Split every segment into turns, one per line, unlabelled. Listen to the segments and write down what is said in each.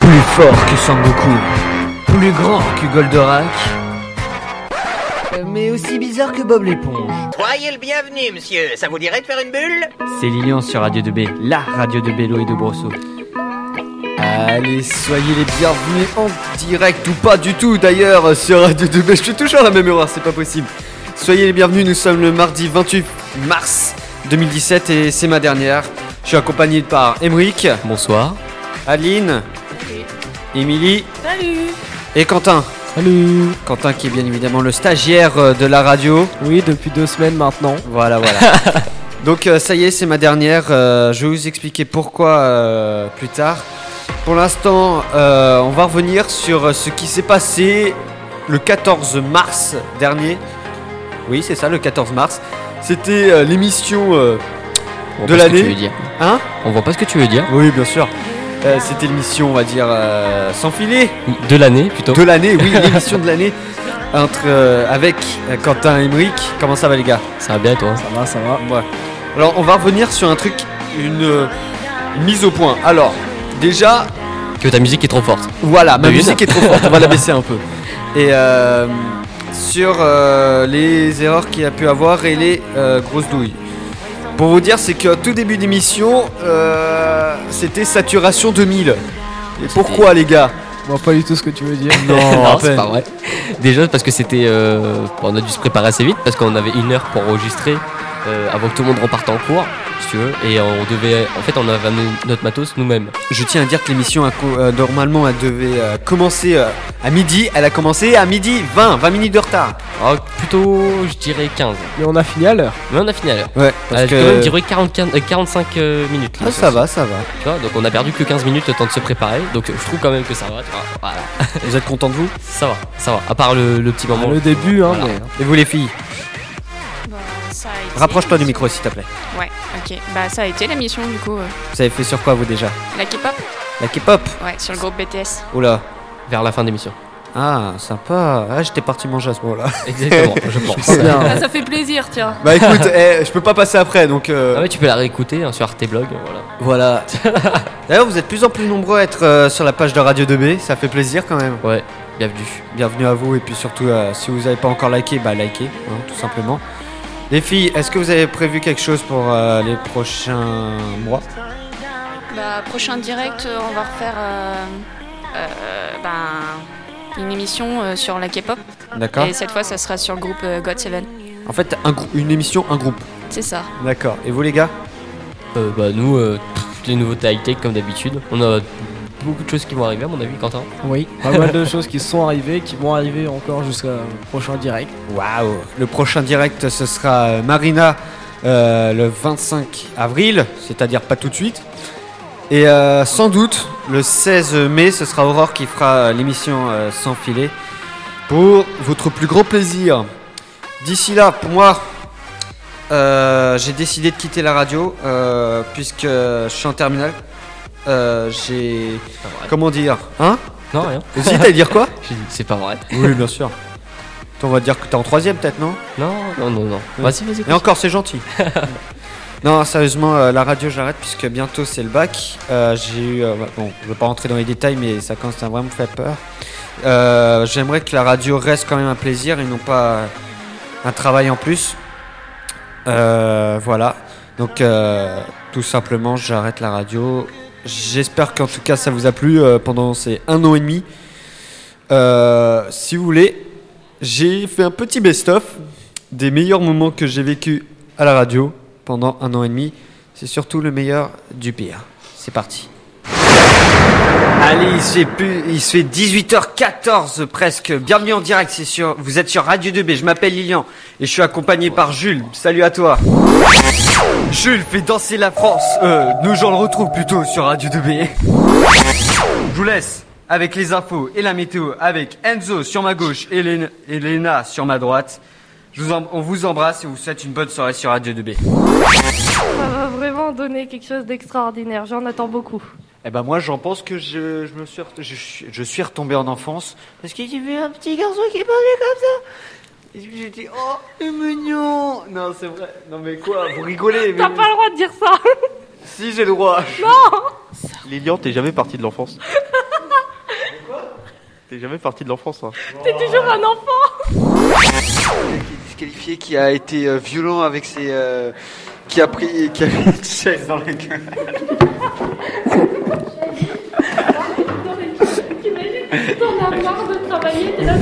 fort que Sangoku, plus grand que Goldorak, euh, mais aussi bizarre que Bob l'éponge.
Soyez le bienvenu, monsieur. Ça vous dirait de faire une bulle
C'est Lilian sur Radio 2B, la radio de Bélo et de Brosso.
Allez, soyez les bienvenus en direct ou pas du tout d'ailleurs sur Radio 2B. Je suis toujours à la même erreur, c'est pas possible. Soyez les bienvenus, nous sommes le mardi 28 mars 2017 et c'est ma dernière. Je suis accompagné par Emeric,
Bonsoir.
Aline, Émilie
Salut
et Quentin.
Salut
Quentin qui est bien évidemment le stagiaire euh, de la radio.
Oui, depuis deux semaines maintenant.
Voilà, voilà. Donc euh, ça y est, c'est ma dernière. Euh, je vais vous expliquer pourquoi euh, plus tard. Pour l'instant, euh, on va revenir sur euh, ce qui s'est passé le 14 mars dernier. Oui, c'est ça, le 14 mars. C'était euh, l'émission... euh,
On voit
De
pas ce que
l'année.
tu veux dire.
hein
On voit pas ce que tu veux dire.
Oui, bien sûr. Euh, C'était l'émission, on va dire, euh, sans filet.
De l'année plutôt.
De l'année, oui, l'émission de l'année. Entre, euh, avec euh, Quentin Emmerich. Comment ça va les gars
Ça va bien et toi hein.
Ça va, ça va.
Ouais. Alors, on va revenir sur un truc, une, euh, une mise au point. Alors, déjà,
Que ta musique est trop forte.
voilà, ma
De une.
musique est trop forte, on va la baisser un peu. Et euh, sur euh, les erreurs qu'il a pu avoir et les euh, grosses douilles. Pour vous dire, c'est que tout début d'émission, euh, c'était saturation 2000. Et pourquoi, les gars
Je vois pas du tout ce que tu veux dire.
Oh, à
non, c'est
peine.
pas vrai. Déjà parce que c'était. euh, on a dû se préparer assez vite parce qu'on avait une heure pour enregistrer euh, avant que tout le monde reparte en cours, si tu veux. Et on devait. En fait, on avait amené notre matos nous-mêmes.
Je tiens à dire que l'émission, a co- euh, normalement, elle devait euh, commencer euh, à midi. Elle a commencé à midi 20, 20 minutes de retard.
Ah, plutôt, je dirais 15.
Mais on a fini à l'heure.
Mais on a fini à l'heure.
Ouais,
Elle
parce
a quand
que...
même duré 45, euh, 45 euh, minutes.
Ah, ça va, ça va.
Tu vois, donc on a perdu que 15 minutes le temps de se préparer. Donc je trouve quand même que ça va. tu vois. Voilà.
Vous êtes content de vous
Ça va, ça va. À part le, Ah, le petit moment.
Ah,
le début, hein,
Voilà.
mais-
Et vous les filles
Bah, ça a été
Rapproche-toi du
l'émission.
micro s'il te plaît.
Ouais, ok. Bah, ça a été l'émission du coup. euh,
Vous avez fait sur quoi vous déjà
La K-pop
La K-pop
Ouais, sur le groupe BTS.
Oula.
Vers la fin d'émission.
Ah, sympa. Ah, j'étais parti manger à ce moment-là.
Exactement, je pense.
C'est bien.
bah, ça fait plaisir, tiens.
Bah écoute, eh, je peux pas passer après donc. euh,
Ah ouais, tu peux la réécouter hein, sur Arte Blog. Voilà.
Voilà. D'ailleurs, vous êtes de plus en plus nombreux à être euh, sur la page de Radio 2B. Ça fait plaisir quand même.
Ouais, bienvenue.
Bienvenue à vous et puis surtout, euh, si vous avez pas encore liké, bah likez, hein, tout simplement. Les filles, est-ce que vous avez prévu quelque chose pour euh, les prochains mois
Bah, prochain direct, euh, on va refaire. euh, euh, ben, Une émission euh, sur la K-pop.
D'accord.
Et cette fois, ça sera sur le groupe euh, God Seven.
En fait, un grou- une émission, un groupe.
C'est ça.
D'accord. Et vous les gars
Euh, bah nous, euh, pff, les nouveautés high-tech comme d'habitude. On a beaucoup de choses qui vont arriver à mon avis, Quentin.
Oui. Pas mal de choses qui sont arrivées, qui vont arriver encore jusqu'au prochain direct.
Waouh Le prochain direct, ce sera euh, Marina euh, le 25 avril, c'est-à-dire pas tout de suite. Et euh, sans doute, le 16 mai, ce sera Aurore qui fera euh, l'émission euh, sans filet pour votre plus grand plaisir. D'ici là, pour moi, euh, j'ai décidé de quitter la radio euh, puisque je suis en terminale. Euh, j'ai.
Pas vrai.
Comment dire Hein
Non, rien.
Vas-y, t'allais dire quoi
J'ai dit, C'est pas vrai.
Oui, bien sûr. On va dire que t'es en troisième, peut-être, non
Non, non, non, non. Vas-y, vas-y.
et encore, c'est gentil. non, sérieusement, euh, la radio, j'arrête puisque bientôt c'est le bac. Euh, j'ai eu. euh, bon, je ne vais pas rentrer dans les détails, mais ça commence à vraiment faire peur. Euh, J'aimerais que la radio reste quand même un plaisir et non pas un travail en plus. Euh, voilà. Donc, euh, tout simplement, j'arrête la radio. J'espère qu'en tout cas, ça vous a plu euh, pendant ces un an et demi. Euh, si vous voulez, j'ai fait un petit best-of des meilleurs moments que j'ai vécu à la radio pendant un an et demi. C'est surtout le meilleur du pire. C'est parti. Allez, il se fait, plus- il se fait 18h14 presque. Bienvenue en direct, c'est sûr. Vous êtes sur Radio 2B, je m'appelle Lilian et je suis accompagné par Jules. Salut à toi. Jules fait danser la France. Euh, nos gens le retrouvent plutôt sur Radio 2B. Je vous laisse avec les infos et la météo avec Enzo sur ma gauche et Lena- et Lena sur ma droite. Je vous em- on vous embrasse et vous souhaite une bonne soirée sur Radio 2B.
Ça va vraiment donner quelque chose d'extraordinaire. J'en attends beaucoup.
Eh ben moi j'en pense que je, je me suis ret- je, suis- je suis retombé en enfance parce que j'ai vu un petit garçon qui parlait comme ça. Et puis j'ai dit oh il est mignon. Non c'est vrai. Non mais quoi vous rigolez mais
T'as pas le droit de dire ça.
si j'ai le droit.
Lilian, t'es jamais partie de l'enfance. T'es jamais parti de l'enfance. Hein.
T'es toujours un enfant
qui est disqualifié, qui a été euh, violent avec ses. euh, qui a pris. qui a mis une chaise dans la gueule.
T'imagines, t'en as marre de travailler, t'es là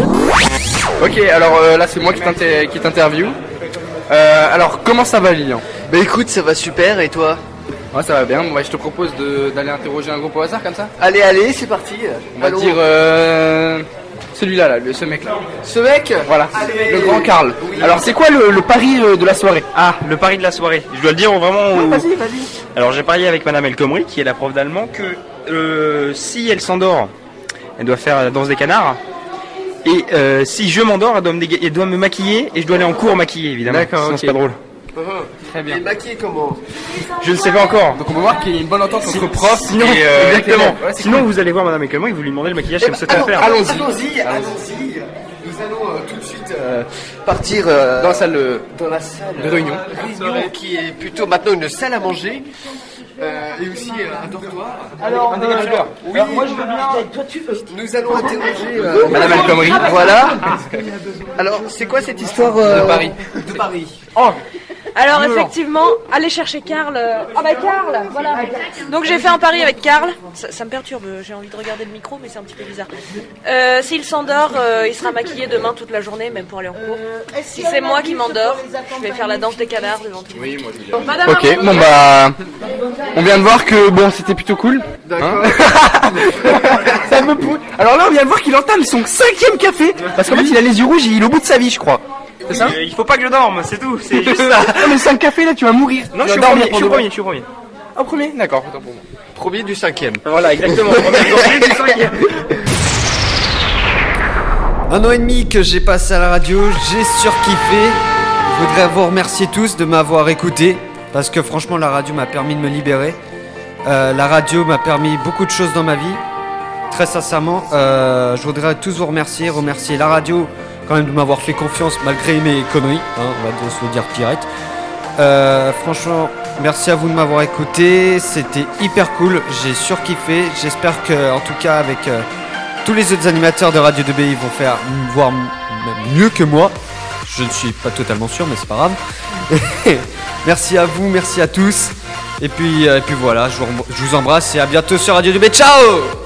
Ok, alors euh, là c'est moi qui t'inter- qui t'interview. Euh, alors comment ça va Lilian
Bah écoute, ça va super, et toi
Ouais ça va bien, ouais, je te propose de- d'aller interroger un groupe au hasard comme ça
Allez, allez, c'est parti
On va
Allons.
dire euh, celui-là, là, le- ce mec là.
Ce mec
Voilà,
Allez.
le grand Karl. Alors c'est quoi le, le pari euh, de la soirée
Ah, le pari de la soirée. Je dois le dire vraiment. au-
Ah, Vas-y, vas-y
Alors j'ai parié avec Madame El Khomri, qui est la prof d'allemand, que euh, si elle s'endort, elle doit faire la danse des canards. Et euh, si je m'endors, elle doit me, déga- elle doit me maquiller et je dois aller en cours maquillée évidemment.
D'accord,
Sinon,
ok.
c'est pas drôle.
Très
ah, Il est maquillé comment
Je ne sais pas encore.
Donc on peut voir qu'il y a une bonne entente entre profs
Sinon,
et euh,
exactement.
élèves. Ouais, c'est
Sinon,
cool.
vous allez voir Madame El Khomri, vous lui demandez le maquillage qu'elle me souhaite
Allons-
faire.
Allons-y Allons-y Allons-y Nous allons euh, tout de suite euh, partir euh,
dans la salle euh,
dans la salle
de réunion.
réunion qui est plutôt maintenant une salle à manger euh, et aussi euh, un dortoir.
Alors, un décapsuleur.
Oui, moi je veux bien. Nous allons interroger euh,
Madame El Khomri.
Voilà. Alors, c'est quoi cette histoire euh,
De Paris.
De Paris.
Alors
Non, non.
effectivement, allez chercher Karl. euh, Ah bah Karl, voilà. Donc j'ai fait un pari avec Karl. Ça, ça me perturbe, j'ai envie de regarder le micro, mais c'est un petit peu bizarre. Euh, S'il s'endort, euh, il sera maquillé demain toute la journée, même pour aller en cours. si c'est moi qui m'endors, je vais faire la danse des canards devant tout le monde. Madame
Ok, bon bah, on vient de voir que bon, c'était plutôt cool.
D'accord.
Ça me pou- Alors là, on vient de voir qu'il entame son cinquième café parce qu'en fait, il a les yeux rouges et il est au bout de sa vie, je crois. C'est ça
Euh, Il faut pas que je dorme, c'est tout. C'est juste ça.
Non, mais 5 cafés là, tu vas mourir.
Non,
Tu
je suis au
vas dormir
premier, je
pour
suis au
de vrai.
premier, je suis au premier.
Au premier, d'accord. autant pour moi.
Premier du cinquième.
Voilà, exactement. Premier gorgée du cinquième.
Un an et demi que j'ai passé à la radio, j'ai surkiffé. Je voudrais vous remercier tous de m'avoir écouté parce que franchement la radio m'a permis de me libérer. Euh, la radio m'a permis beaucoup de choses dans ma vie. Très sincèrement, euh, je voudrais tous vous remercier, remercier la radio quand même de m'avoir fait confiance malgré mes conneries, hein, on va se le dire pirate. Euh, franchement, merci à vous de m'avoir écouté, c'était hyper cool, j'ai surkiffé, j'espère que en tout cas avec euh, tous les autres animateurs de Radio 2B ils vont faire mm, voir m- même mieux que moi. Je ne suis pas totalement sûr, mais c'est pas grave. merci à vous, merci à tous. Et puis, euh, et puis voilà, je vous, rem- je vous embrasse et à bientôt sur Radio 2B. Ciao